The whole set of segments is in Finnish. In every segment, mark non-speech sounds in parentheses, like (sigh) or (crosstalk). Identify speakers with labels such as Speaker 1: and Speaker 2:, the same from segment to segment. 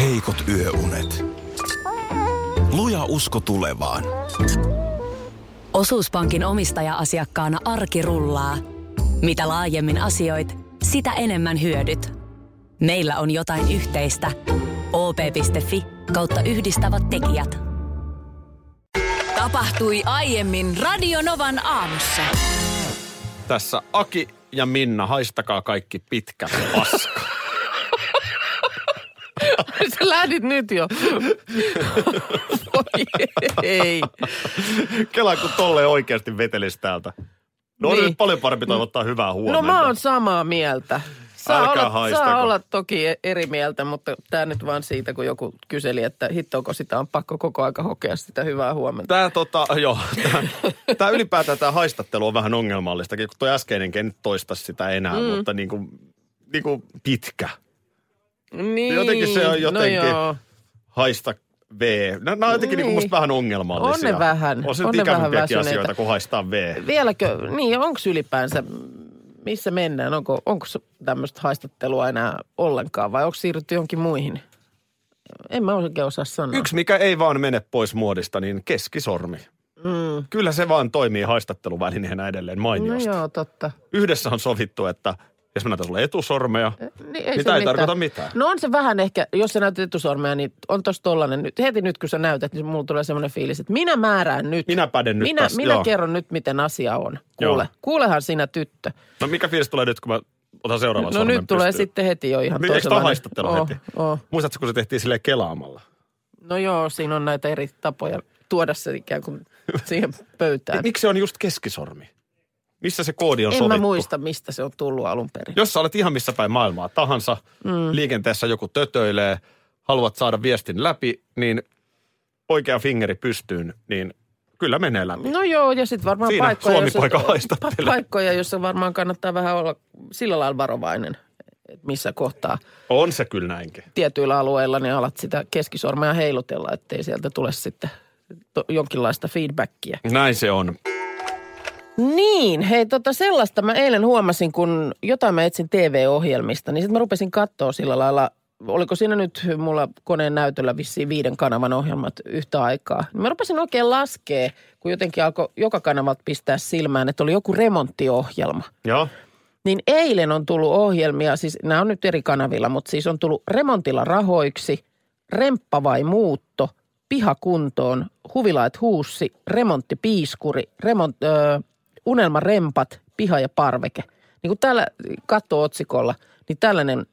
Speaker 1: heikot yöunet. Luja usko tulevaan.
Speaker 2: Osuuspankin omistaja-asiakkaana arki rullaa. Mitä laajemmin asioit, sitä enemmän hyödyt. Meillä on jotain yhteistä. op.fi kautta yhdistävät tekijät.
Speaker 3: Tapahtui aiemmin Radionovan aamussa.
Speaker 4: Tässä Aki ja Minna, haistakaa kaikki pitkä (laughs) paska.
Speaker 5: Sä lähdit nyt jo. Voi ei. No
Speaker 4: Kelaa kun tolle oikeasti vetelis täältä. No on
Speaker 5: Niin.
Speaker 4: nyt paljon parempi toivottaa hyvää huomenta.
Speaker 5: No mä oon samaa mieltä. Saa
Speaker 4: Älkää
Speaker 5: olla, saa
Speaker 4: haistako.
Speaker 5: olla toki e- eri mieltä, mutta tämä nyt vaan siitä, kun joku kyseli, että hittoako sitä on pakko koko aika hokea sitä hyvää huomenta.
Speaker 4: Tää tota, joo, tää, (laughs) tää ylipäätään tää haistattelu on vähän ongelmallistakin, kun toi äskeinenkin en nyt toista sitä enää, mm. mutta niinku, niinku pitkä.
Speaker 5: Niin,
Speaker 4: no Jotenkin se on jotenkin-
Speaker 5: No joo.
Speaker 4: Haista V. Nämä on jotenkin niin.
Speaker 5: Niin.
Speaker 4: musta vähän ongelmallisia.
Speaker 5: On ne vähän.
Speaker 4: On se
Speaker 5: On ne vähän
Speaker 4: ikävämpiäkin
Speaker 5: väsyneitä.
Speaker 4: asioita kuin haistaa V.
Speaker 5: Vieläkö, niin onko ylipäänsä, missä mennään? Onko, onko tämmöistä haistattelua enää ollenkaan vai onko siirrytty johonkin muihin? En mä oikein osaa sanoa.
Speaker 4: No. Yksi, mikä ei vaan mene pois muodista, niin keskisormi. Mm. Kyllä se vaan toimii haistatteluvälineenä edelleen
Speaker 5: no
Speaker 4: mainiosti.
Speaker 5: joo, totta.
Speaker 4: Yhdessä on sovittu, että jos mä näytän sulle etusormea,
Speaker 5: Niin,
Speaker 4: ei
Speaker 5: se
Speaker 4: mitä ei tarkoita mitään.
Speaker 5: No on se vähän ehkä, jos sä näytät etusormea, niin on tos tollanen nyt. Heti nyt kun sä näytät, niin mulla tulee semmoinen fiilis, että minä määrään nyt.
Speaker 4: Minä päden nyt
Speaker 5: minä,
Speaker 4: tässä,
Speaker 5: Minä
Speaker 4: joo.
Speaker 5: kerron nyt, miten asia on. Kuule,
Speaker 4: Joo.
Speaker 5: kuulehan sinä tyttö.
Speaker 4: No mikä fiilis tulee nyt, kun mä otan seuraavan
Speaker 5: no
Speaker 4: sormen
Speaker 5: nyt tulee
Speaker 4: pystyyn?
Speaker 5: sitten heti jo ihan
Speaker 4: Niin, Eikö tämä
Speaker 5: toisenlainen.
Speaker 4: haistattelu
Speaker 5: Oo,
Speaker 4: heti?
Speaker 5: oo.
Speaker 4: Muistatko, kun se tehtiin sille kelaamalla?
Speaker 5: No joo, siinä on näitä eri tapoja tuoda se ikään
Speaker 4: (laughs)
Speaker 5: kuin siihen pöytään.
Speaker 4: Miksi se on just keskisormi? Missä se koodi on
Speaker 5: en
Speaker 4: sovittu?
Speaker 5: mä muista, mistä se on tullut alun perin.
Speaker 4: Jos sä olet ihan missä päin maailmaa tahansa, mm. liikenteessä joku tötöilee, haluat saada viestin läpi, niin oikea fingeri pystyyn, niin kyllä menee läpi.
Speaker 5: No joo, ja sitten varmaan
Speaker 4: Siinä
Speaker 5: paikkoja,
Speaker 4: Suomi-poika
Speaker 5: jossa,
Speaker 4: haistattelee.
Speaker 5: paikkoja, jossa varmaan kannattaa vähän olla sillä lailla varovainen, että missä kohtaa
Speaker 4: On se kyllä näinkin.
Speaker 5: tietyillä alueilla niin alat sitä keskisormea heilutella, ettei sieltä tule sitten to- jonkinlaista feedbackia.
Speaker 4: Näin se on.
Speaker 5: Niin, hei tota sellaista mä eilen huomasin, kun jotain mä etsin TV-ohjelmista, niin sitten mä rupesin katsoa sillä lailla, oliko siinä nyt mulla koneen näytöllä vissiin viiden kanavan ohjelmat yhtä aikaa. Niin Mä rupesin oikein laskea, kun jotenkin alkoi joka kanavat pistää silmään, että oli joku remonttiohjelma.
Speaker 4: Joo.
Speaker 5: Niin eilen on tullut ohjelmia, siis nämä on nyt eri kanavilla, mutta siis on tullut remontilla rahoiksi, remppa vai muutto, pihakuntoon, huvilait huussi, remonttipiiskuri, remont, ö, unelmarempat, piha ja parveke. Niin kuin täällä katto-otsikolla, niin tällainen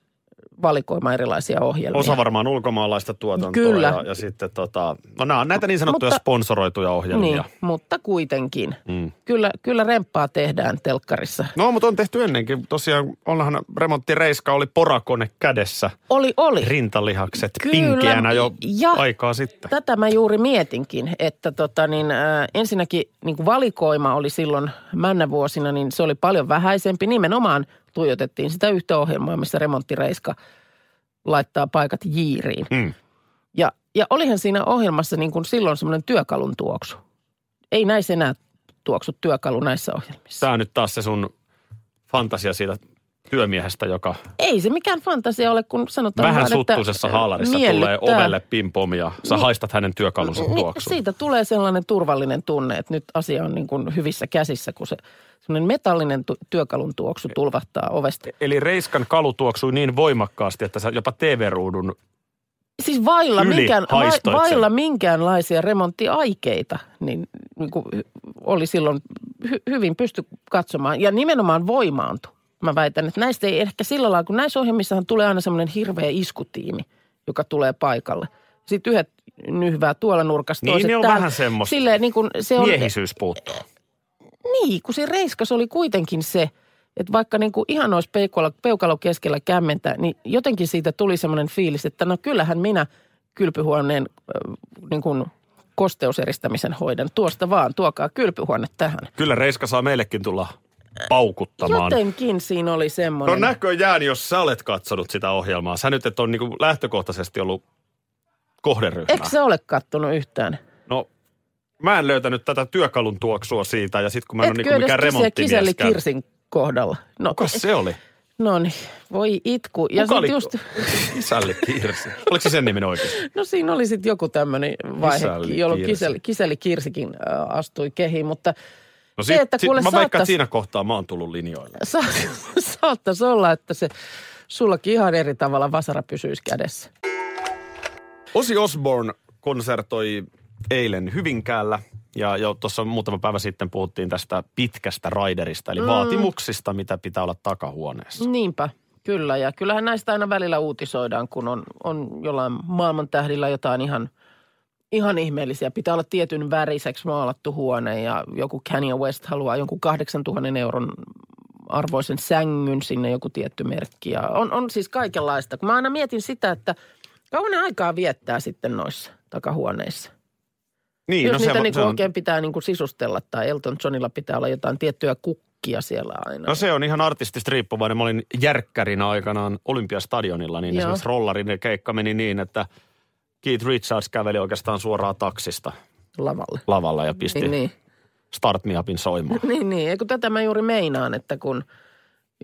Speaker 5: valikoima erilaisia ohjelmia.
Speaker 4: Osa varmaan ulkomaalaista tuotantoa.
Speaker 5: Kyllä.
Speaker 4: Ja, ja sitten tota, no nämä on näitä niin sanottuja
Speaker 5: Mutta-
Speaker 4: sponsoroituja ohjelmia.
Speaker 5: niin,
Speaker 4: Niin.
Speaker 5: mutta kuitenkin. Mm. Kyllä, kyllä remppaa tehdään telkkarissa.
Speaker 4: No, mutta on tehty ennenkin. Tosiaan, onhan remonttireiska oli porakone kädessä,
Speaker 5: Oli, oli.
Speaker 4: rintalihakset
Speaker 5: Kyllä,
Speaker 4: pinkeänä jo
Speaker 5: ja-
Speaker 4: aikaa sitten.
Speaker 5: Tätä mä juuri mietinkin, että tota niin, äh, ensinnäkin niin kuin valikoima oli silloin männävuosina, niin se oli paljon vähäisempi. Nimenomaan tuijotettiin sitä yhtä ohjelmaa, missä remonttireiska laittaa paikat jiiriin.
Speaker 4: Mm.
Speaker 5: Ja, ja olihan siinä ohjelmassa niin kuin silloin semmoinen työkalun tuoksu. Ei näissä enää tuoksu työkalu näissä ohjelmissa.
Speaker 4: Tämä on nyt taas se sun fantasia siitä työmiehestä, joka
Speaker 5: Ei se mikään fantasia ole, kun sanotaan
Speaker 4: vähän
Speaker 5: vaan, että Niin.
Speaker 4: suttuisessa haalarissa tulee
Speaker 5: miellyttää.
Speaker 4: ovelle pimpom ja sä haistat hänen työkalunsa tuoksuun.
Speaker 5: niin, Siitä tulee sellainen turvallinen tunne, että nyt asia on niin kuin hyvissä käsissä, kun se semmoinen metallinen tu- työkalun tuoksu tulvahtaa ovesta.
Speaker 4: Eli Reiskan kalu tuoksui niin voimakkaasti, että sä jopa TV-ruudun
Speaker 5: Siis vailla,
Speaker 4: Yli
Speaker 5: minkään,
Speaker 4: haistoit sen.
Speaker 5: vai, vailla minkäänlaisia remonttiaikeita, niin, niin kuin oli silloin hy- hyvin pysty katsomaan. Ja nimenomaan voimaantui. Mä väitän, että näistä ei ehkä sillä lailla, kun näissä ohjelmissahan tulee aina semmoinen hirveä iskutiimi, joka tulee paikalle. Sitten yhdet nyhvää tuolla nurkassa,
Speaker 4: Niin,
Speaker 5: toiset
Speaker 4: ne on
Speaker 5: täällä.
Speaker 4: vähän semmoista.
Speaker 5: Silleen, niin kuin se on,
Speaker 4: miehisyys puuttuu.
Speaker 5: Niin, kun se reiskas oli kuitenkin se, että vaikka niin kuin ihan olisi peukalo, peukalo keskellä kämmentä, niin jotenkin siitä tuli semmoinen fiilis, että no kyllähän minä kylpyhuoneen äh, niin kuin kosteuseristämisen hoidan. Tuosta vaan, tuokaa kylpyhuone tähän.
Speaker 4: Kyllä Reiska saa meillekin tulla paukuttamaan.
Speaker 5: Jotenkin siinä oli
Speaker 4: No
Speaker 5: semmoinen.
Speaker 4: näköjään, jos sä olet katsonut sitä ohjelmaa. Sä nyt et ole niin lähtökohtaisesti ollut kohderyhmä.
Speaker 5: Eikö sä ole kattonut yhtään?
Speaker 4: No, mä en löytänyt tätä työkalun tuoksua siitä ja sit kun mä en ole
Speaker 5: Etkö
Speaker 4: niin
Speaker 5: edes
Speaker 4: mikään
Speaker 5: kise- kiselli
Speaker 4: remonttimieska.
Speaker 5: Kirsin kohdalla? No,
Speaker 4: Kuka se oli?
Speaker 5: No niin, voi itku. Ja
Speaker 4: Kuka
Speaker 5: sit
Speaker 4: oli (laughs)
Speaker 5: just,
Speaker 4: Kisälli Kirsi? Oliko se sen nimen oikein?
Speaker 5: no siinä oli sitten joku tämmöinen vaihe,
Speaker 4: Kisälli
Speaker 5: jolloin
Speaker 4: Kirsi.
Speaker 5: kiseli, kiseli Kirsikin äh, astui kehiin, mutta
Speaker 4: No
Speaker 5: Se, että kuule
Speaker 4: mä veikkaan, että
Speaker 5: saattas-
Speaker 4: siinä kohtaa mä oon tullut linjoille.
Speaker 5: sa, (laughs) saattaisi olla, että se sullakin ihan eri tavalla vasara pysyisi kädessä.
Speaker 4: Osi Osborne konsertoi eilen Hyvinkäällä ja jo tuossa muutama päivä sitten puhuttiin tästä pitkästä raiderista, eli mm. vaatimuksista, mitä pitää olla takahuoneessa.
Speaker 5: Niinpä, kyllä. Ja kyllähän näistä aina välillä uutisoidaan, kun on, on jollain maailman tähdillä jotain ihan, ihan ihmeellisiä. Pitää olla tietyn väriseksi maalattu huone ja joku Kanye West haluaa jonkun 8000 euron arvoisen sängyn sinne joku tietty merkki. Ja on, on siis kaikenlaista. Kun mä aina mietin sitä, että kauan ne aikaa viettää sitten noissa takahuoneissa.
Speaker 4: Niin,
Speaker 5: Jos niitä
Speaker 4: vo-
Speaker 5: niinku
Speaker 4: on-
Speaker 5: oikein pitää niinku sisustella tai Elton Johnilla pitää olla jotain tiettyä kukkia siellä aina.
Speaker 4: No se on ihan artistista riippuvainen. Mä olin järkkärinä aikanaan Olympiastadionilla, niin
Speaker 5: Joo.
Speaker 4: Joo. esimerkiksi rollarin keikka meni niin, että Keith Richards käveli oikeastaan suoraan taksista
Speaker 5: lavalle.
Speaker 4: lavalla ja pisti
Speaker 5: Niin,
Speaker 4: niin, niin.
Speaker 5: niin.
Speaker 4: Start Me Upin soimaan.
Speaker 5: (laughs) Niin, niin. Eikö tätä mä juuri meinaan, että kun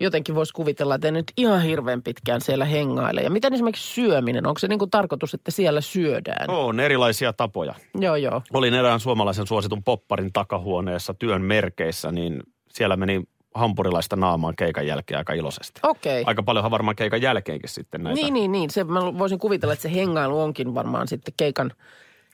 Speaker 5: jotenkin voisi kuvitella, että ei nyt ihan hirveän pitkään siellä hengaile. Ja miten esimerkiksi syöminen? Onko se niin kuin tarkoitus, että siellä syödään?
Speaker 4: On erilaisia tapoja.
Speaker 5: Joo, joo.
Speaker 4: Olin erään suomalaisen suositun popparin takahuoneessa työn merkeissä, niin siellä meni hampurilaista naamaan keikan jälkeen aika iloisesti.
Speaker 5: Okei.
Speaker 4: Aika paljonhan varmaan keikan jälkeenkin sitten näitä.
Speaker 5: Niin, niin, niin. Se, mä voisin kuvitella, että se hengailu onkin varmaan sitten keikan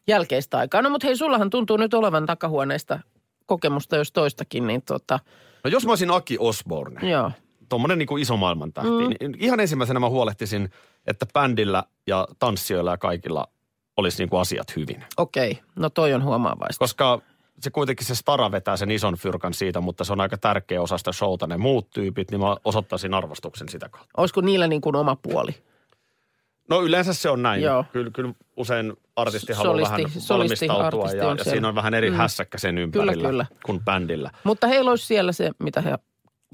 Speaker 5: jälkeistä aikaa. No mutta hei, sullahan tuntuu nyt olevan takahuoneesta kokemusta jos toistakin, niin tota,
Speaker 4: No jos mä olisin Aki Osborne,
Speaker 5: joo.
Speaker 4: tuommoinen niin iso maailman tähti. Mm. Niin ihan ensimmäisenä mä huolehtisin, että bändillä ja tanssijoilla ja kaikilla olisi niin kuin asiat hyvin.
Speaker 5: Okei, no toi on huomaavaista.
Speaker 4: Koska se kuitenkin se stara vetää sen ison fyrkan siitä, mutta se on aika tärkeä osa sitä showta. Ne muut tyypit, niin mä osoittaisin arvostuksen sitä kautta.
Speaker 5: Olisiko niillä niin kuin oma puoli?
Speaker 4: No yleensä se on näin.
Speaker 5: Joo.
Speaker 4: Kyllä, kyllä usein artisti
Speaker 5: S-
Speaker 4: haluaa
Speaker 5: solisti-
Speaker 4: vähän
Speaker 5: solisti-
Speaker 4: valmistautua
Speaker 5: artisti
Speaker 4: ja,
Speaker 5: on
Speaker 4: ja
Speaker 5: siellä.
Speaker 4: siinä on vähän eri
Speaker 5: Mm.
Speaker 4: mm. hässäkkä sen ympärillä
Speaker 5: kyllä.
Speaker 4: kuin bändillä.
Speaker 5: Mutta heillä olisi siellä se, mitä he haluavat.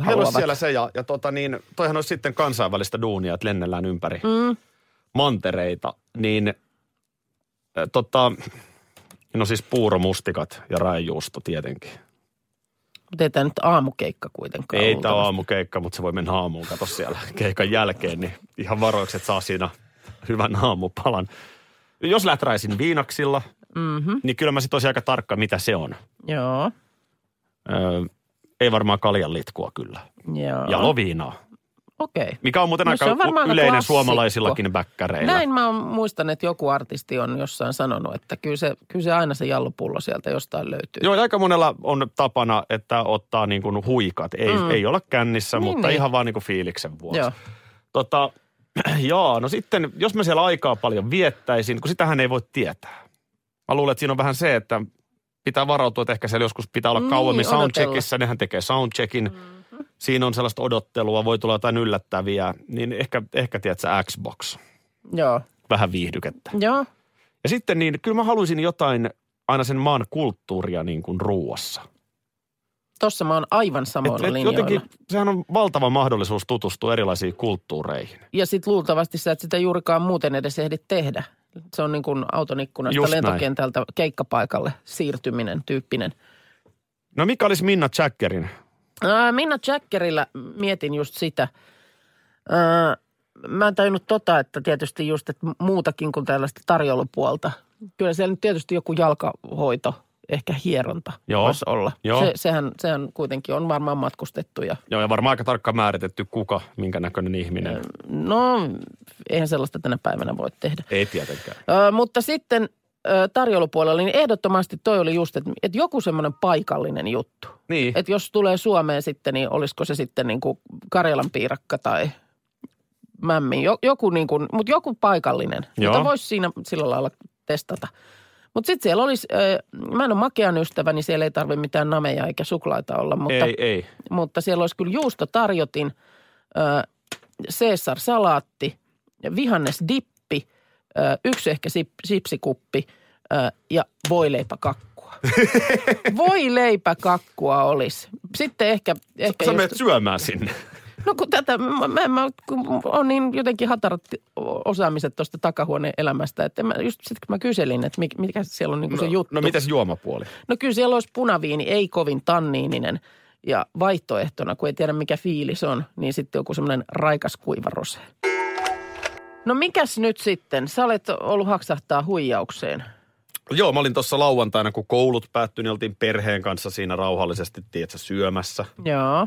Speaker 4: Heillä olisi siellä se ja, ja tota niin, toihan olisi sitten kansainvälistä duunia, että lennellään ympäri
Speaker 5: Mm.
Speaker 4: mantereita, niin äh, tota, no siis puuromustikat ja raijuusto tietenkin.
Speaker 5: Mutta ei tämä nyt aamukeikka kuitenkaan
Speaker 4: Ei
Speaker 5: ollut.
Speaker 4: tämä aamukeikka, mutta se voi mennä aamuun, kato siellä keikan jälkeen, niin ihan varoiksi, että saa siinä hyvän aamupalan. Jos lähträisin viinaksilla,
Speaker 5: Mhm,
Speaker 4: niin kyllä mä sitten olisin aika tarkka, mitä se on.
Speaker 5: joo,
Speaker 4: Öö, ei varmaan kaljan litkua kyllä.
Speaker 5: joo.
Speaker 4: Ja loviinaa,
Speaker 5: Okei.
Speaker 4: mikä on muuten
Speaker 5: No
Speaker 4: no,
Speaker 5: se
Speaker 4: aika
Speaker 5: on varmaan aika
Speaker 4: yleinen
Speaker 5: klassikko.
Speaker 4: suomalaisillakin bäkkäreillä.
Speaker 5: Näin mä oon muistan, että joku artisti on jossain sanonut, että kyllä se, kyllä se aina se jallopullo sieltä jostain löytyy.
Speaker 4: Joo, ja aika monella on tapana, että ottaa niin kuin huikat. Ei,
Speaker 5: Mm.
Speaker 4: mm. ei olla kännissä,
Speaker 5: Niin,
Speaker 4: niin, mutta
Speaker 5: niin.
Speaker 4: niin. ihan vaan niin kuin fiiliksen vuoksi.
Speaker 5: Joo.
Speaker 4: Joo. Tota, (clears throat) joo, no sitten, jos mä siellä aikaa paljon viettäisin, kun sitähän ei voi tietää. Mä luulen, että siinä on vähän se, että pitää varautua, että ehkä siellä joskus pitää olla
Speaker 5: Niin,
Speaker 4: kauemmin
Speaker 5: odotella.
Speaker 4: soundcheckissa. Nehän tekee soundcheckin. Mm-hmm. Siinä on sellaista odottelua, voi tulla jotain yllättäviä. Niin ehkä, ehkä tiedät sä, Xbox.
Speaker 5: Joo.
Speaker 4: Vähän viihdykettä.
Speaker 5: Joo.
Speaker 4: Ja sitten niin, kyllä mä haluaisin jotain aina sen maan kulttuuria niin kuin ruuassa.
Speaker 5: Tossa mä oon aivan
Speaker 4: Et,
Speaker 5: samoilla
Speaker 4: et
Speaker 5: linjoilla.
Speaker 4: jotenkin, sehän on valtava mahdollisuus tutustua erilaisiin kulttuureihin.
Speaker 5: Ja sit luultavasti sä et sitä juurikaan muuten edes ehdi tehdä. Se on niin kuin auton ikkunasta
Speaker 4: Just näin.
Speaker 5: lentokentältä keikkapaikalle siirtyminen tyyppinen.
Speaker 4: No mikä olisi Minna Jackerin?
Speaker 5: Ää, Minna Jackerillä mietin just sitä. Ää, Mä en tajunnut tota, että tietysti just että muutakin kuin tällaista tarjoulupuolta. Kyllä siellä nyt tietysti joku jalkahoito, ehkä hieronta
Speaker 4: Joo.
Speaker 5: voisi olla.
Speaker 4: Joo.
Speaker 5: Se, sehän, sehän kuitenkin on varmaan matkustettu ja
Speaker 4: Joo, ja varmaan aika tarkkaan määritetty kuka, minkä näköinen ihminen.
Speaker 5: no eihän sellaista tänä päivänä voi tehdä.
Speaker 4: Ei tietenkään.
Speaker 5: Ö, mutta sitten ö, tarjoulupuolella, niin ehdottomasti toi oli just, että, että joku semmoinen paikallinen juttu.
Speaker 4: Niin, et,
Speaker 5: Että jos tulee Suomeen sitten, niin olisiko se sitten niin kuin Karjalan piirakka tai mämmi. Jo- Joku niin kuin, mutta joku paikallinen, Joo.
Speaker 4: Joo.
Speaker 5: jota voisi siinä sillä lailla testata. Mutta sitten siellä olisi, ö, mä en ole makean ystävä, niin siellä ei tarvitse mitään nameja eikä suklaita olla. Mutta,
Speaker 4: ei, ei.
Speaker 5: mutta siellä olisi kyllä juustotarjotin, ö, Caesar-salaatti, vihannesdippi, ö, yksi ehkä sip, sipsikuppi ö, ja
Speaker 4: (laughs)
Speaker 5: voileipäkakkua. voileipäkakkua olisi. Sitten ehkä... ehkä
Speaker 4: Sä menet syömään sinne.
Speaker 5: no kun tätä, mä, mä, mä kun on niin jotenkin hatarat osaamiset tuosta takahuoneen elämästä, että mä, just sitten kun mä kyselin, että mik- mikä siellä on niin se juttu.
Speaker 4: No mitäs no, juomapuoli?
Speaker 5: No kyllä siellä olisi punaviini, ei kovin tanniininen. Ja vaihtoehtona, kun ei tiedä mikä fiilis on, niin sitten joku semmoinen raikas kuiva rose. No mikäs nyt sitten? Sä olet ollut haksahtaa huijaukseen.
Speaker 4: Joo, mä olin tuossa lauantaina, kun koulut päättyi, niin oltiin perheen kanssa siinä rauhallisesti, tietsä, syömässä.
Speaker 5: Joo.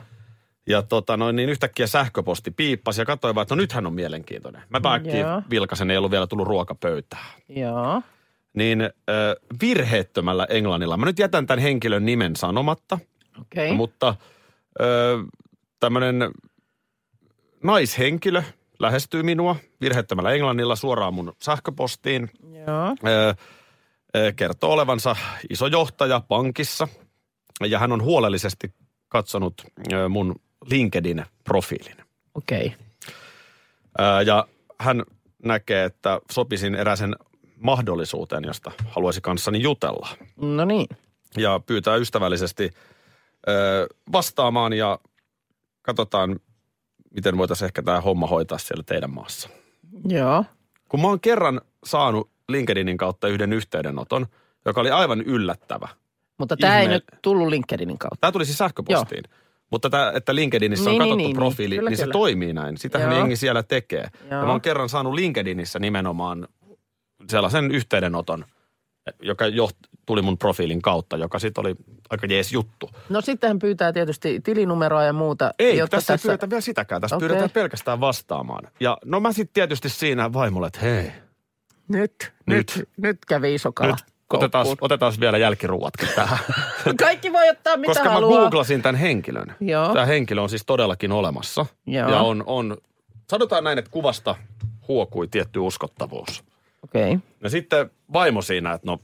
Speaker 4: Ja tota noin, niin yhtäkkiä sähköposti piippasi ja katsoin vaan, että no nythän on mielenkiintoinen. Mä pääkkiin
Speaker 5: Joo.
Speaker 4: vilkasen, ei ollut vielä tullut ruokapöytään.
Speaker 5: Joo.
Speaker 4: Niin äh, virheettömällä englannilla, mä nyt jätän tämän henkilön nimen sanomatta,
Speaker 5: Okei.
Speaker 4: Ei.
Speaker 5: Okay.
Speaker 4: mutta äh, tämmöinen naishenkilö lähestyy minua virheettömällä englannilla suoraan mun sähköpostiin.
Speaker 5: Joo.
Speaker 4: Ö, ö, kertoo olevansa iso johtaja pankissa ja hän on huolellisesti katsonut ö, mun LinkedIn-profiilin.
Speaker 5: Okei. Okay.
Speaker 4: Ö, Ja hän näkee, että sopisin eräisen mahdollisuuteen, josta haluaisi kanssani jutella.
Speaker 5: No niin.
Speaker 4: Ja pyytää ystävällisesti ö, vastaamaan ja katsotaan, miten voitaisiin ehkä tämä homma hoitaa siellä teidän maassa.
Speaker 5: Joo.
Speaker 4: Kun mä oon kerran saanut LinkedInin kautta yhden yhteydenoton, joka oli aivan yllättävä.
Speaker 5: Mutta tämä ei
Speaker 4: Ihme-
Speaker 5: nyt tullut LinkedInin kautta.
Speaker 4: Tämä tuli siis sähköpostiin. Mutta tämä, että LinkedInissä on
Speaker 5: Niin, niin,
Speaker 4: katsottu
Speaker 5: niin,
Speaker 4: profiili,
Speaker 5: niin.
Speaker 4: niin,
Speaker 5: Kyllä,
Speaker 4: se
Speaker 5: kyllä.
Speaker 4: toimii näin. Sitähän
Speaker 5: Joo.
Speaker 4: jengi siellä tekee. Ja
Speaker 5: Joo.
Speaker 4: mä oon kerran saanut LinkedInissä nimenomaan sellaisen yhteydenoton, joka joht, tuli mun profiilin kautta, joka sitten oli aika jees juttu.
Speaker 5: No sitten hän pyytää tietysti tilinumeroa ja muuta.
Speaker 4: Ei,
Speaker 5: jotta
Speaker 4: tässä, ei pyydetä vielä sitäkään. Tässä
Speaker 5: Okei.
Speaker 4: okay. pyydetään pelkästään vastaamaan. Ja no mä sitten tietysti siinä vaimolle, että hei,
Speaker 5: Nyt, nyt,
Speaker 4: Nyt.
Speaker 5: nyt, nyt kävi iso kala.
Speaker 4: nyt otetaan,
Speaker 5: Ah, koukkuun.
Speaker 4: otetaan vielä jälkiruuatkin tähän.
Speaker 5: Kaikki voi ottaa (laughs) mitä
Speaker 4: Koska
Speaker 5: haluaa.
Speaker 4: mä googlasin tämän henkilön.
Speaker 5: Joo.
Speaker 4: Tämä henkilö on siis todellakin olemassa.
Speaker 5: Joo.
Speaker 4: Ja on, on, sanotaan näin, että kuvasta huokui tietty uskottavuus.
Speaker 5: Okei. Okay.
Speaker 4: Ja No sitten vaimo siinä, että no,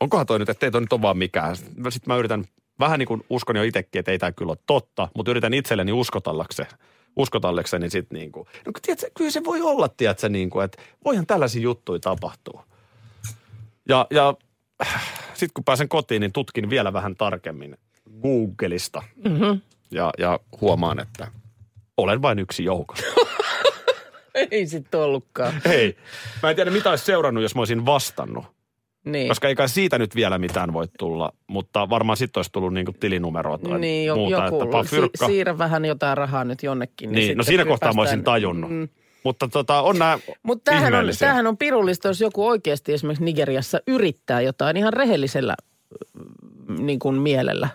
Speaker 4: onkohan toi nyt, ettei toi nyt ole vaan mikään. Sitten mä yritän, vähän niin kuin uskon jo itsekin, että ei tämä kyllä ole totta, mutta yritän itselleni uskotallakseen uskotallekseni sit niin kuin. No kun tiedätkö, kyllä se voi olla, tiedätkö, niin kuin, että voihan tällaisia juttuja tapahtua. Ja, ja (sighs) sitten kun pääsen kotiin, niin tutkin vielä vähän tarkemmin Googleista. Mm-hmm. Ja, ja huomaan, että olen vain yksi joukossa.
Speaker 5: (laughs) Ei sitten ollutkaan.
Speaker 4: (laughs) Hei, mä en tiedä mitä olisi seurannut, jos mä olisin vastannut.
Speaker 5: Niin.
Speaker 4: Koska ei kai siitä nyt vielä mitään voi tulla, mutta varmaan sitten olisi tullut niinku tilinumeroa tai
Speaker 5: niin, jo,
Speaker 4: muuta.
Speaker 5: joku,
Speaker 4: että paa
Speaker 5: si-
Speaker 4: fyrkka.
Speaker 5: siirrä vähän jotain rahaa nyt jonnekin.
Speaker 4: niin, no
Speaker 5: sitten
Speaker 4: siinä
Speaker 5: py-
Speaker 4: kohtaa mä olisin
Speaker 5: päästään-
Speaker 4: tajunnut. Mm. Mutta tota, on nämä
Speaker 5: Mutta tämähän on,
Speaker 4: ihmeellisiä.
Speaker 5: tämähän on pirullista, jos joku oikeasti esimerkiksi Nigeriassa yrittää jotain ihan rehellisellä mm, niin kuin mielellä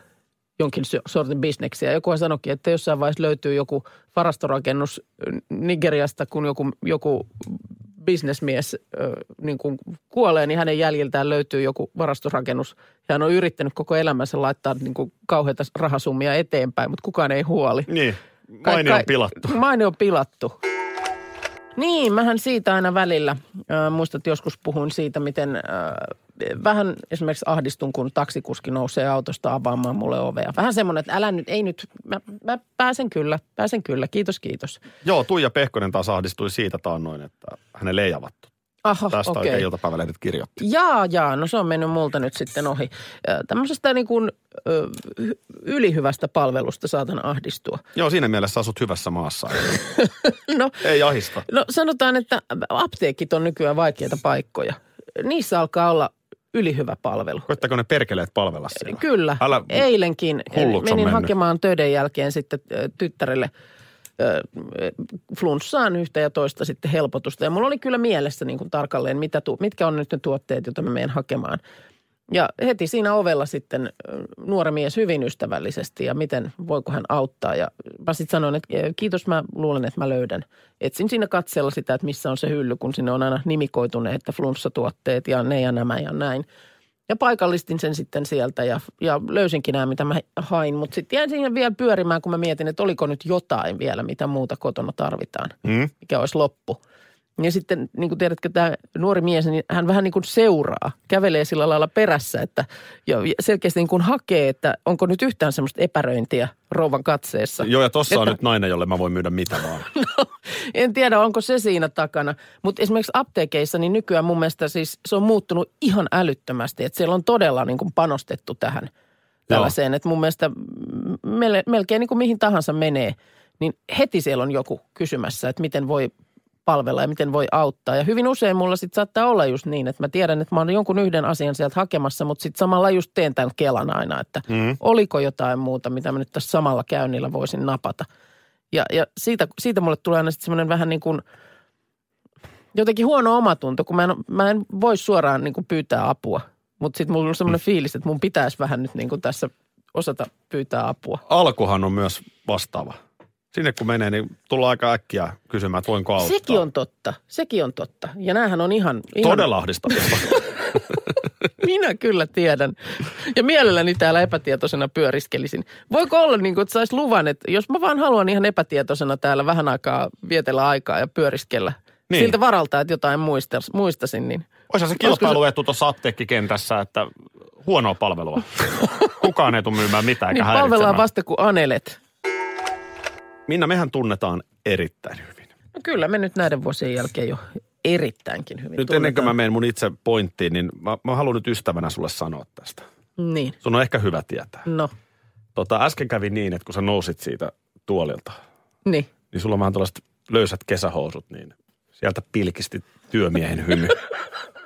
Speaker 5: jonkin sy- sortin bisneksiä. Jokuhan sanoikin, että jossain vaiheessa löytyy joku varastorakennus mm, Nigeriasta, kun joku, joku bisnesmies ö, niin kuin kuolee, niin hänen jäljiltään löytyy joku varastorakennus. Ja hän on yrittänyt koko elämänsä laittaa niin kuin kauheita rahasummia eteenpäin, mutta kukaan ei huoli.
Speaker 4: Niin, maini on
Speaker 5: Kai-
Speaker 4: pilattu.
Speaker 5: kai- (laughs) Maine on pilattu. Niin, mähän siitä aina välillä, äh, muistat joskus puhun siitä, miten äh, vähän esimerkiksi ahdistun, kun taksikuski nousee autosta avaamaan mulle ovea. Vähän semmoinen, että älä nyt, ei nyt, mä, mä pääsen kyllä, pääsen kyllä, kiitos, kiitos.
Speaker 4: Joo, Tuija Pehkonen taas ahdistui siitä taannoin, että hänelle ei avattu.
Speaker 5: Aha,
Speaker 4: Tästä
Speaker 5: Oh, okei.
Speaker 4: okay. iltapäivälehdet kirjoitti.
Speaker 5: Jaa, jaa, no se on mennyt multa nyt sitten ohi. Ö, Tämmöisestä niin kuin ö, hy- ylihyvästä palvelusta saatan ahdistua.
Speaker 4: Joo, siinä mielessä asut hyvässä maassa.
Speaker 5: (laughs) No,
Speaker 4: ei ahista.
Speaker 5: No sanotaan, että apteekit on nykyään vaikeita paikkoja. Niissä alkaa olla ylihyvä palvelu.
Speaker 4: Koittako ne perkeleet palvella siellä?
Speaker 5: Kyllä.
Speaker 4: Älä-
Speaker 5: Eilenkin
Speaker 4: hulluksi on
Speaker 5: menin
Speaker 4: mennyt.
Speaker 5: hakemaan töiden jälkeen sitten ö, tyttärelle ö, flunssaan yhtä ja toista sitten helpotusta. Ja mulla oli kyllä mielessä niin kuin tarkalleen, mitä tu- mitkä on nyt ne tuotteet, joita mä menen hakemaan. Ja heti siinä ovella sitten ö, nuori mies hyvin ystävällisesti ja miten voiko hän auttaa. Ja mä sitten sanoin, että ö, kiitos, mä luulen, että mä löydän. Etsin siinä katsella sitä, että missä on se hylly, kun sinne on aina nimikoituneet, että flunssatuotteet ja ne ja nämä ja näin. Ja paikallistin sen sitten sieltä ja, ja löysinkin nämä, mitä mä hain. Mutta sitten jäin siinä vielä pyörimään, kun mä mietin, että oliko nyt jotain vielä, mitä muuta kotona tarvitaan,
Speaker 4: Mm?
Speaker 5: mikä olisi loppu. Ja sitten, niin kuin tiedätkö, tämä nuori mies, niin hän vähän niin kuin seuraa, kävelee sillä lailla perässä, että ja selkeästi niin kuin hakee, että onko nyt yhtään semmoista epäröintiä rouvan katseessa.
Speaker 4: Joo, ja tossa on
Speaker 5: Että-
Speaker 4: nyt nainen, jolle mä voin myydä mitä
Speaker 5: (laughs)
Speaker 4: vaan.
Speaker 5: En tiedä, onko se siinä takana. Mutta esimerkiksi apteekeissa, niin nykyään mun mielestä siis se on muuttunut ihan älyttömästi. Että siellä on todella niin kuin panostettu tähän tällaiseen. Että mun mielestä mm, mel- melkein niin kuin mihin tahansa menee, niin heti siellä on joku kysymässä, että miten voi palvella ja miten voi auttaa. Ja hyvin usein mulla sitten saattaa olla just niin, että mä tiedän, että mä oon jonkun yhden asian sieltä hakemassa, mutta sitten samalla just teen tämän kelan aina, että mm. oliko jotain muuta, mitä mä nyt tässä samalla käynnillä voisin napata. Ja, ja siitä, siitä mulle tulee aina sitten semmoinen vähän niin kuin jotenkin huono omatunto, kun mä en, mä en voi suoraan niin kuin pyytää apua. Mutta sitten mulla on semmoinen fiilis, että mun pitäisi vähän nyt niin kuin tässä osata pyytää apua.
Speaker 4: Alkuhan on myös vastaava. Sinne kun menee, niin tullaan aika äkkiä kysymään, että voinko auttaa.
Speaker 5: Sekin on totta, sekin on totta. Ja näähän on ihan... ihan
Speaker 4: Todella (laughs) ahdistavaa.
Speaker 5: Minä kyllä tiedän. Ja mielelläni täällä epätietoisena pyöriskelisin. Voiko olla niin kuin, että saisi luvan, että jos mä vaan haluan ihan epätietoisena täällä vähän aikaa vietellä aikaa ja pyöriskellä. Niin.
Speaker 4: Niin.
Speaker 5: Siltä varalta, että jotain muistas, muistasin, niin
Speaker 4: Olisi se kilpailuetu tuossa apteekkikentässä, että huonoa (laughs) palvelua. Kukaan ei tule myymään mitään eikä
Speaker 5: niin palvellaan
Speaker 4: häiritsemään.
Speaker 5: vasta kun anelet.
Speaker 4: Minna, mehän tunnetaan erittäin hyvin.
Speaker 5: No kyllä me nyt näiden vuosien jälkeen jo erittäinkin hyvin
Speaker 4: Nyt ennen kuin mä menen mun itse pointtiin, niin mä, mä haluan nyt ystävänä sulle sanoa tästä.
Speaker 5: mä... Niin,
Speaker 4: Sun on ehkä hyvä tietää.
Speaker 5: no,
Speaker 4: Tota, äsken kävi niin, että kun sä nousit siitä tuolilta,
Speaker 5: niin.
Speaker 4: niin sulla on vähän tällaiset löysät kesähousut, niin sieltä pilkisti työmiehen hymy.
Speaker 5: (laughs)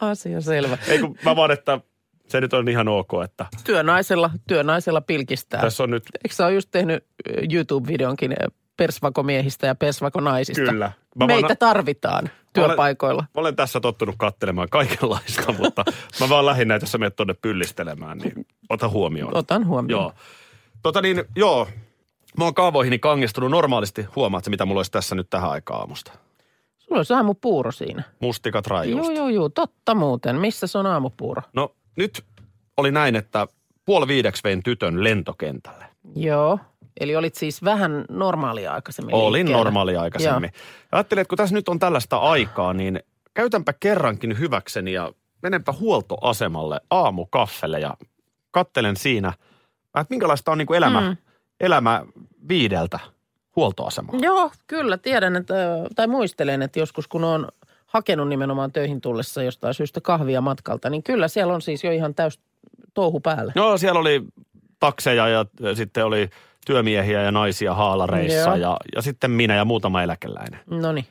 Speaker 5: Asia selvä.
Speaker 4: Ei kun mä vaan, että se nyt on ihan ok, että
Speaker 5: Työnaisella, työnaisella pilkistää.
Speaker 4: tässä on nyt
Speaker 5: Eikö sä ole just tehnyt ö, YouTube-videonkin ö, persvakomiehistä ja persvakonaisista?
Speaker 4: kyllä.
Speaker 5: Mä
Speaker 4: vaan-
Speaker 5: Meitä tarvitaan työpaikoilla.
Speaker 4: Mä olen tässä tottunut katselemaan kaikenlaista, (laughs) mutta mä vaan lähinnä, että jos sä menet tuonne pyllistelemään, niin ota huomioon.
Speaker 5: Otan huomioon.
Speaker 4: Joo. Tota niin, joo. Mä oon kaavoihini kangistunut normaalisti. Huomaat se, mitä mulla olisi tässä nyt tähän aikaan aamusta.
Speaker 5: Sulla olisi aamupuuro siinä.
Speaker 4: Mustikat raijuusta.
Speaker 5: Joo, joo, joo. Totta muuten. Missä se on aamupuuro?
Speaker 4: No nyt oli näin, että puoli viideksi vein tytön lentokentälle.
Speaker 5: Joo. Eli olit siis vähän normaalia aikaisemmin
Speaker 4: Olin
Speaker 5: liikkeellä.
Speaker 4: normaali aikaisemmin. Ja Ajattelin, että kun tässä nyt on tällaista aikaa, niin käytänpä kerrankin hyväkseni ja menenpä huoltoasemalle aamukaffelle ja kattelen siinä, että minkälaista on niin kuin elämä, mm. elämä viideltä huoltoasemalla.
Speaker 5: Joo, kyllä. Tiedän, että, ö, tai muistelen, että joskus kun on hakenut nimenomaan töihin tullessa jostain syystä kahvia matkalta, niin kyllä siellä on siis jo ihan täys touhu päällä.
Speaker 4: No siellä oli takseja ja äh, sitten oli työmiehiä ja naisia haalareissa
Speaker 5: Joo.
Speaker 4: ja, ja sitten minä ja muutama eläkeläinen.
Speaker 5: No niin.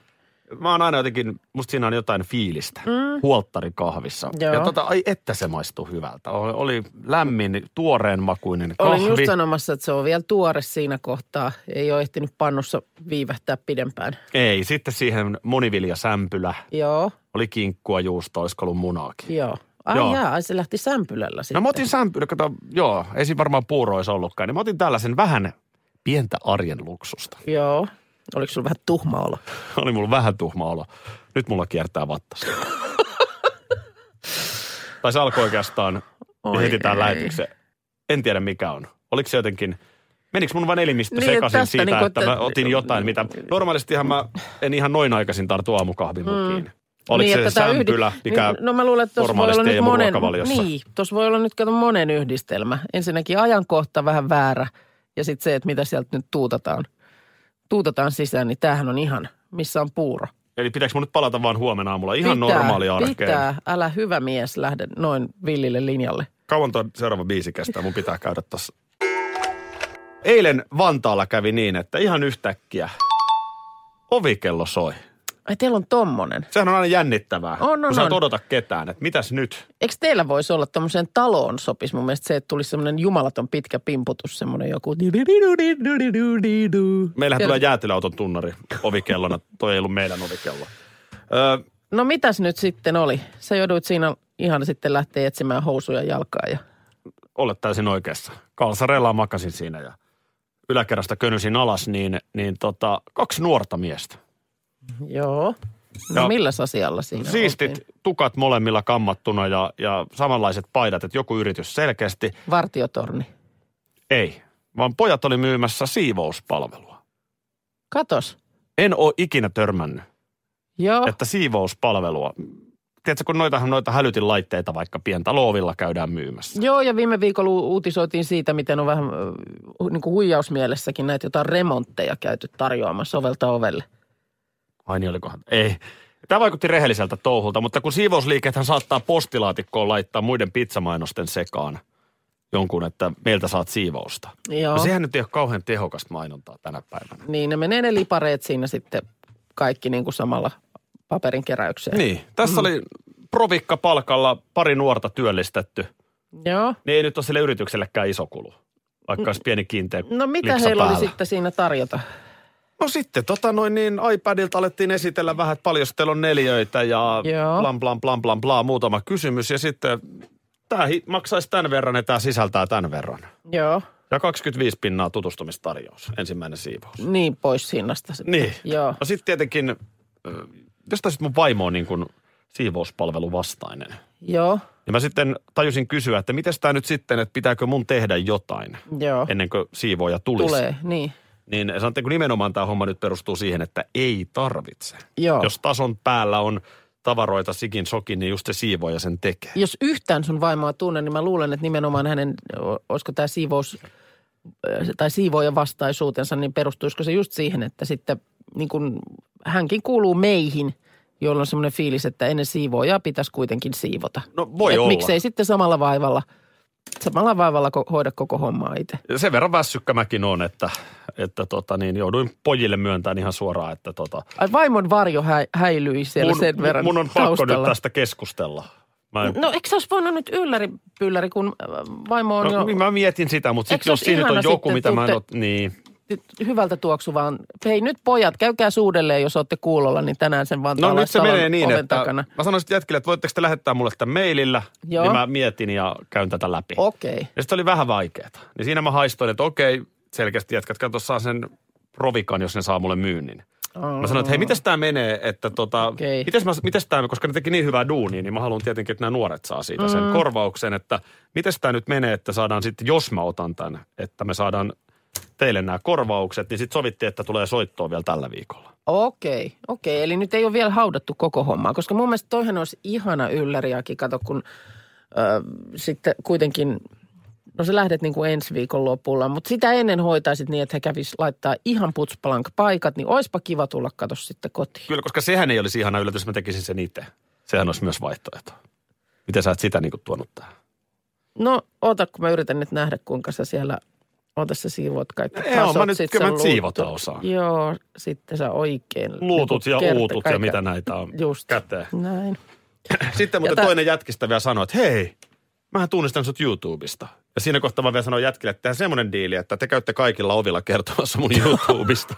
Speaker 4: Mä oon aina jotenkin, musta siinä on jotain fiilistä. Mm. Huolttari kahvissa.
Speaker 5: Joo.
Speaker 4: Ja tota, ai että se maistuu hyvältä. Oli, oli lämmin, tuoreen makuinen kahvi.
Speaker 5: Olin just sanomassa, että se on vielä tuore siinä kohtaa. Ei ole ehtinyt pannussa viivähtää pidempään.
Speaker 4: Ei, sitten siihen moniviljasämpylä.
Speaker 5: Joo,
Speaker 4: Oli kinkkua, juustoa, olisiko ollut munaakin.
Speaker 5: joo. Ai joo.
Speaker 4: Joo.
Speaker 5: jaa, ai se lähti sämpylällä sitten.
Speaker 4: No mä otin sämpylä, kato, joo, ei siinä varmaan puuroissa ollutkaan. Niin mä otin tällaisen vähän pientä arjen luksusta. (laughs)
Speaker 5: Joo. Oliko sulla vähän tuhma olo?
Speaker 4: Oli mulla vähän tuhma olo. Nyt mulla kiertää
Speaker 5: (laughs)
Speaker 4: vattasta. tai se alkoi oikeastaan
Speaker 5: Oi
Speaker 4: Oi heti tämän
Speaker 5: ei.
Speaker 4: lähetyksen. En tiedä mikä on. Oliko se jotenkin, menikö mun vain elimistö
Speaker 5: Niin,
Speaker 4: niin,
Speaker 5: tästä
Speaker 4: sekaisin siitä,
Speaker 5: niinku,
Speaker 4: niin että,
Speaker 5: että-
Speaker 4: mä otin jotain, mitä normaalistihan mä en ihan noin aikaisin tartu aamukahvimukiin. Mm. Oliko niin, se
Speaker 5: että tää
Speaker 4: sämpylä,
Speaker 5: yhdi-
Speaker 4: mikä
Speaker 5: niin, No mä luulen, että tuossa voi olla
Speaker 4: normaalisti ei
Speaker 5: nyt
Speaker 4: ole mun
Speaker 5: monen...
Speaker 4: ruokavaliossa.
Speaker 5: Niin, tuossa voi olla nyt kato monen yhdistelmä. Ensinnäkin ajankohta vähän väärä ja sitten se, että mitä sieltä nyt tuutataan. Tuutataan sisään, niin tämähän on ihan, missä on puuro.
Speaker 4: Eli pitääkö mun nyt palata vaan huomenna aamulla ihan normaali arkeen?
Speaker 5: Pitää, älä hyvä mies lähde noin villille linjalle.
Speaker 4: Kauan tuo seuraava biisi kestää, mun pitää käydä tossa. Eilen Vantaalla kävi niin, että ihan yhtäkkiä ovikello soi.
Speaker 5: Ai teillä on tommonen.
Speaker 4: Sehän on aina jännittävää,
Speaker 5: On, on,
Speaker 4: kun sä et
Speaker 5: on.
Speaker 4: odota ketään, että mitäs nyt?
Speaker 5: Eikö teillä voisi olla tämmöiseen taloon sopis mun mielestä se, että tulisi semmoinen jumalaton pitkä pimputus, semmoinen joku.
Speaker 4: Meillähän
Speaker 5: Tiedä-
Speaker 4: tulee jäätelöauton tunnari ovikellona, toi ei ollut meidän ovikello. Öö,
Speaker 5: No mitäs nyt sitten oli? Sä jouduit siinä ihan sitten lähteä etsimään housuja jalkaa ja...
Speaker 4: olet täysin oikeassa. Kalsareilla makasin siinä ja yläkerrasta könysin alas, niin, niin tota, kaksi nuorta miestä.
Speaker 5: Joo. No
Speaker 4: Ja-
Speaker 5: milläs asialla siinä
Speaker 4: Siistit
Speaker 5: oltiin?
Speaker 4: tukat molemmilla kammattuna ja, ja samanlaiset paidat, että joku yritys selkeästi.
Speaker 5: Vartiotorni.
Speaker 4: Ei, vaan pojat oli myymässä siivouspalvelua.
Speaker 5: Katos.
Speaker 4: En ole ikinä törmännyt,
Speaker 5: Joo.
Speaker 4: että siivouspalvelua. Tiedätkö, kun noitahan noita hälytinlaitteita vaikka pientä loovilla käydään myymässä.
Speaker 5: Joo, ja viime viikolla u- uutisoitiin siitä, miten on vähän äh, niin kuin huijausmielessäkin näitä jotain remontteja käyty tarjoamassa ovelta ovelle.
Speaker 4: Ai niin, olikohan? Ei. Tämä vaikutti rehelliseltä touhulta, mutta kun siivousliikethän saattaa postilaatikkoon laittaa muiden pizzamainosten sekaan jonkun, että meiltä saat siivousta.
Speaker 5: Joo.
Speaker 4: No sehän nyt ei ole kauhean tehokasta mainontaa tänä päivänä.
Speaker 5: Niin ne menee ne lipareet siinä sitten kaikki niin kuin samalla paperin keräykseen.
Speaker 4: Niin, tässä oli provikka palkalla pari nuorta työllistetty.
Speaker 5: Joo.
Speaker 4: Niin ei nyt ole sille yrityksellekään iso kulu, vaikka olisi pieni kiinteä
Speaker 5: No mitä
Speaker 4: liksa
Speaker 5: heillä
Speaker 4: päällä.
Speaker 5: oli sitten siinä tarjota?
Speaker 4: No sitten tota noin niin iPadilta alettiin esitellä vähän, että paljon teillä on neljöitä ja
Speaker 5: Joo.
Speaker 4: blam blam blam blam blam muutama kysymys. Ja sitten tämä maksaisi tämän verran ja tämä sisältää tämän verran.
Speaker 5: Joo.
Speaker 4: Ja 25 pinnaa tutustumistarjous, ensimmäinen siivous.
Speaker 5: Niin pois hinnasta sitten.
Speaker 4: Niin.
Speaker 5: Joo.
Speaker 4: No sitten tietenkin, ö, jos tässä mun vaimo on niin kuin siivouspalvelu vastainen.
Speaker 5: Joo.
Speaker 4: Ja mä sitten tajusin kysyä, että miten tämä nyt sitten, että pitääkö mun tehdä jotain
Speaker 5: Joo.
Speaker 4: ennen kuin siivoja tulisi.
Speaker 5: Tulee. Niin.
Speaker 4: Niin sanotte, kun nimenomaan tämä homma nyt perustuu siihen, että ei tarvitse.
Speaker 5: Joo.
Speaker 4: Jos tason päällä on tavaroita sikin sokin, niin just se siivoja sen tekee.
Speaker 5: Jos yhtään sun vaimoa tunnen, niin mä luulen, että nimenomaan hänen, o- olisiko tämä siivous ö, tai siivoojan vastaisuutensa, niin perustuisiko se just siihen, että sitten niin kun, hänkin kuuluu meihin, jolloin on semmoinen fiilis, että ennen siivoojaa pitäisi kuitenkin siivota.
Speaker 4: No voi
Speaker 5: Et
Speaker 4: olla.
Speaker 5: miksei sitten samalla vaivalla, samalla vaivalla ko- hoida koko hommaa itse.
Speaker 4: Ja Sen verran väsykkä mäkin on, että, että tota, niin jouduin pojille myöntämään ihan suoraan, että tota,
Speaker 5: Ai vaimon varjo hä- häilyi siellä
Speaker 4: mun,
Speaker 5: sen verran
Speaker 4: mun on pakko
Speaker 5: taustalla.
Speaker 4: nyt tästä keskustella. Mä en,
Speaker 5: No eikö sä olisi voinut nyt ylläri pylläri, kun äh, vaimo on
Speaker 4: no,
Speaker 5: jo
Speaker 4: niin mä mietin sitä, mutta
Speaker 5: Eikö
Speaker 4: sit,
Speaker 5: se
Speaker 4: jos
Speaker 5: olisi
Speaker 4: siinä nyt on
Speaker 5: ihana
Speaker 4: joku,
Speaker 5: sitten,
Speaker 4: mitä mä en ole,
Speaker 5: tuutte-
Speaker 4: niin.
Speaker 5: nyt hyvältä tuoksuvaan. Hei nyt pojat, käykää suudelleen, jos olette kuulolla, niin tänään sen
Speaker 4: No nyt se
Speaker 5: vantaalaissalon
Speaker 4: menee niin,
Speaker 5: oven
Speaker 4: että
Speaker 5: takana.
Speaker 4: mä sanoisin jätkille, että voitteko te lähettää mulle tämän mailillä,
Speaker 5: Joo.
Speaker 4: niin mä mietin ja käyn tätä läpi.
Speaker 5: Okei, okay.
Speaker 4: Ja sitten oli vähän vaikeeta. Niin siinä mä haistoin, että okei, selkeästi jätkät kato saa sen provikan, jos ne saa mulle myynnin. Mä sanoin, että hei, mitäs tää menee, että tota,
Speaker 5: Okei.
Speaker 4: mites, mä, mites tää, koska ne teki niin hyvää duunia, niin mä haluan tietenkin, että nämä nuoret saa siitä
Speaker 5: Mm.
Speaker 4: sen korvauksen, että mites tää nyt menee, että saadaan sitten, jos mä otan tän, että me saadaan teille nämä korvaukset, niin sitten sovittiin, että tulee soittoa vielä tällä viikolla.
Speaker 5: okei, okei. Eli nyt ei ole vielä haudattu koko hommaa, koska mun mielestä toihan olisi ihana ylläriäkin. Kato, kun ö, sitten kuitenkin, no sä lähdet niin kuin ensi viikon lopulla, mutta sitä ennen hoitaisit niin, että he kävis laittaa ihan putspalank paikat, niin oispa kiva tulla kato sitten kotiin.
Speaker 4: Kyllä, koska sehän ei olisi ihana yllätys, mä tekisin sen itse. Sehän olisi myös vaihtoehto. Miten sä et sitä niinku tuonut tähän?
Speaker 5: No ota, kun mä yritän nyt nähdä, kuinka sä siellä, ota sä siivoat kaikki
Speaker 4: Joo,
Speaker 5: tasot,
Speaker 4: mä nyt-
Speaker 5: sit
Speaker 4: kyllä
Speaker 5: sä
Speaker 4: mä nyt siivota
Speaker 5: luutut.
Speaker 4: osaan.
Speaker 5: Joo, sitten sä oikein.
Speaker 4: Luutut
Speaker 5: niin
Speaker 4: ja
Speaker 5: kun kerta
Speaker 4: uutut ja
Speaker 5: kaikkea.
Speaker 4: mitä näitä on
Speaker 5: Just.
Speaker 4: käteen.
Speaker 5: Näin.
Speaker 4: Sitten mutta
Speaker 5: Ja tä-
Speaker 4: toinen jätkistä vielä sanoi, että hei, mähän tunnistan sut YouTubesta. Ja siinä kohtaa mä vielä sanoin jätkille, että tehdään semmoinen diili, että te käytte kaikilla ovilla kertomassa mun YouTubesta.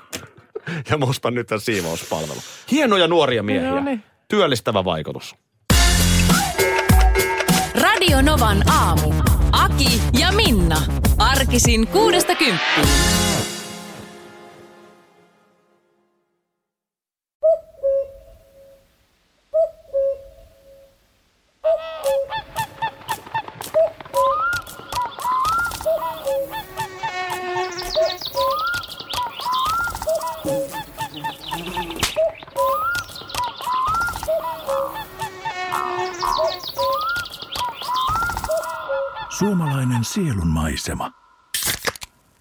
Speaker 4: ja mä ostan nyt tämän siivouspalvelu. Hienoja nuoria miehiä.
Speaker 5: No niin.
Speaker 4: Työllistävä vaikutus.
Speaker 3: Radio Novan aamu. Aki ja Minna. Arkisin kuudesta kymppiin.
Speaker 1: Suomalainen sielunmaisema.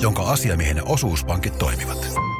Speaker 1: jonka asiamiehen osuuspankit toimivat.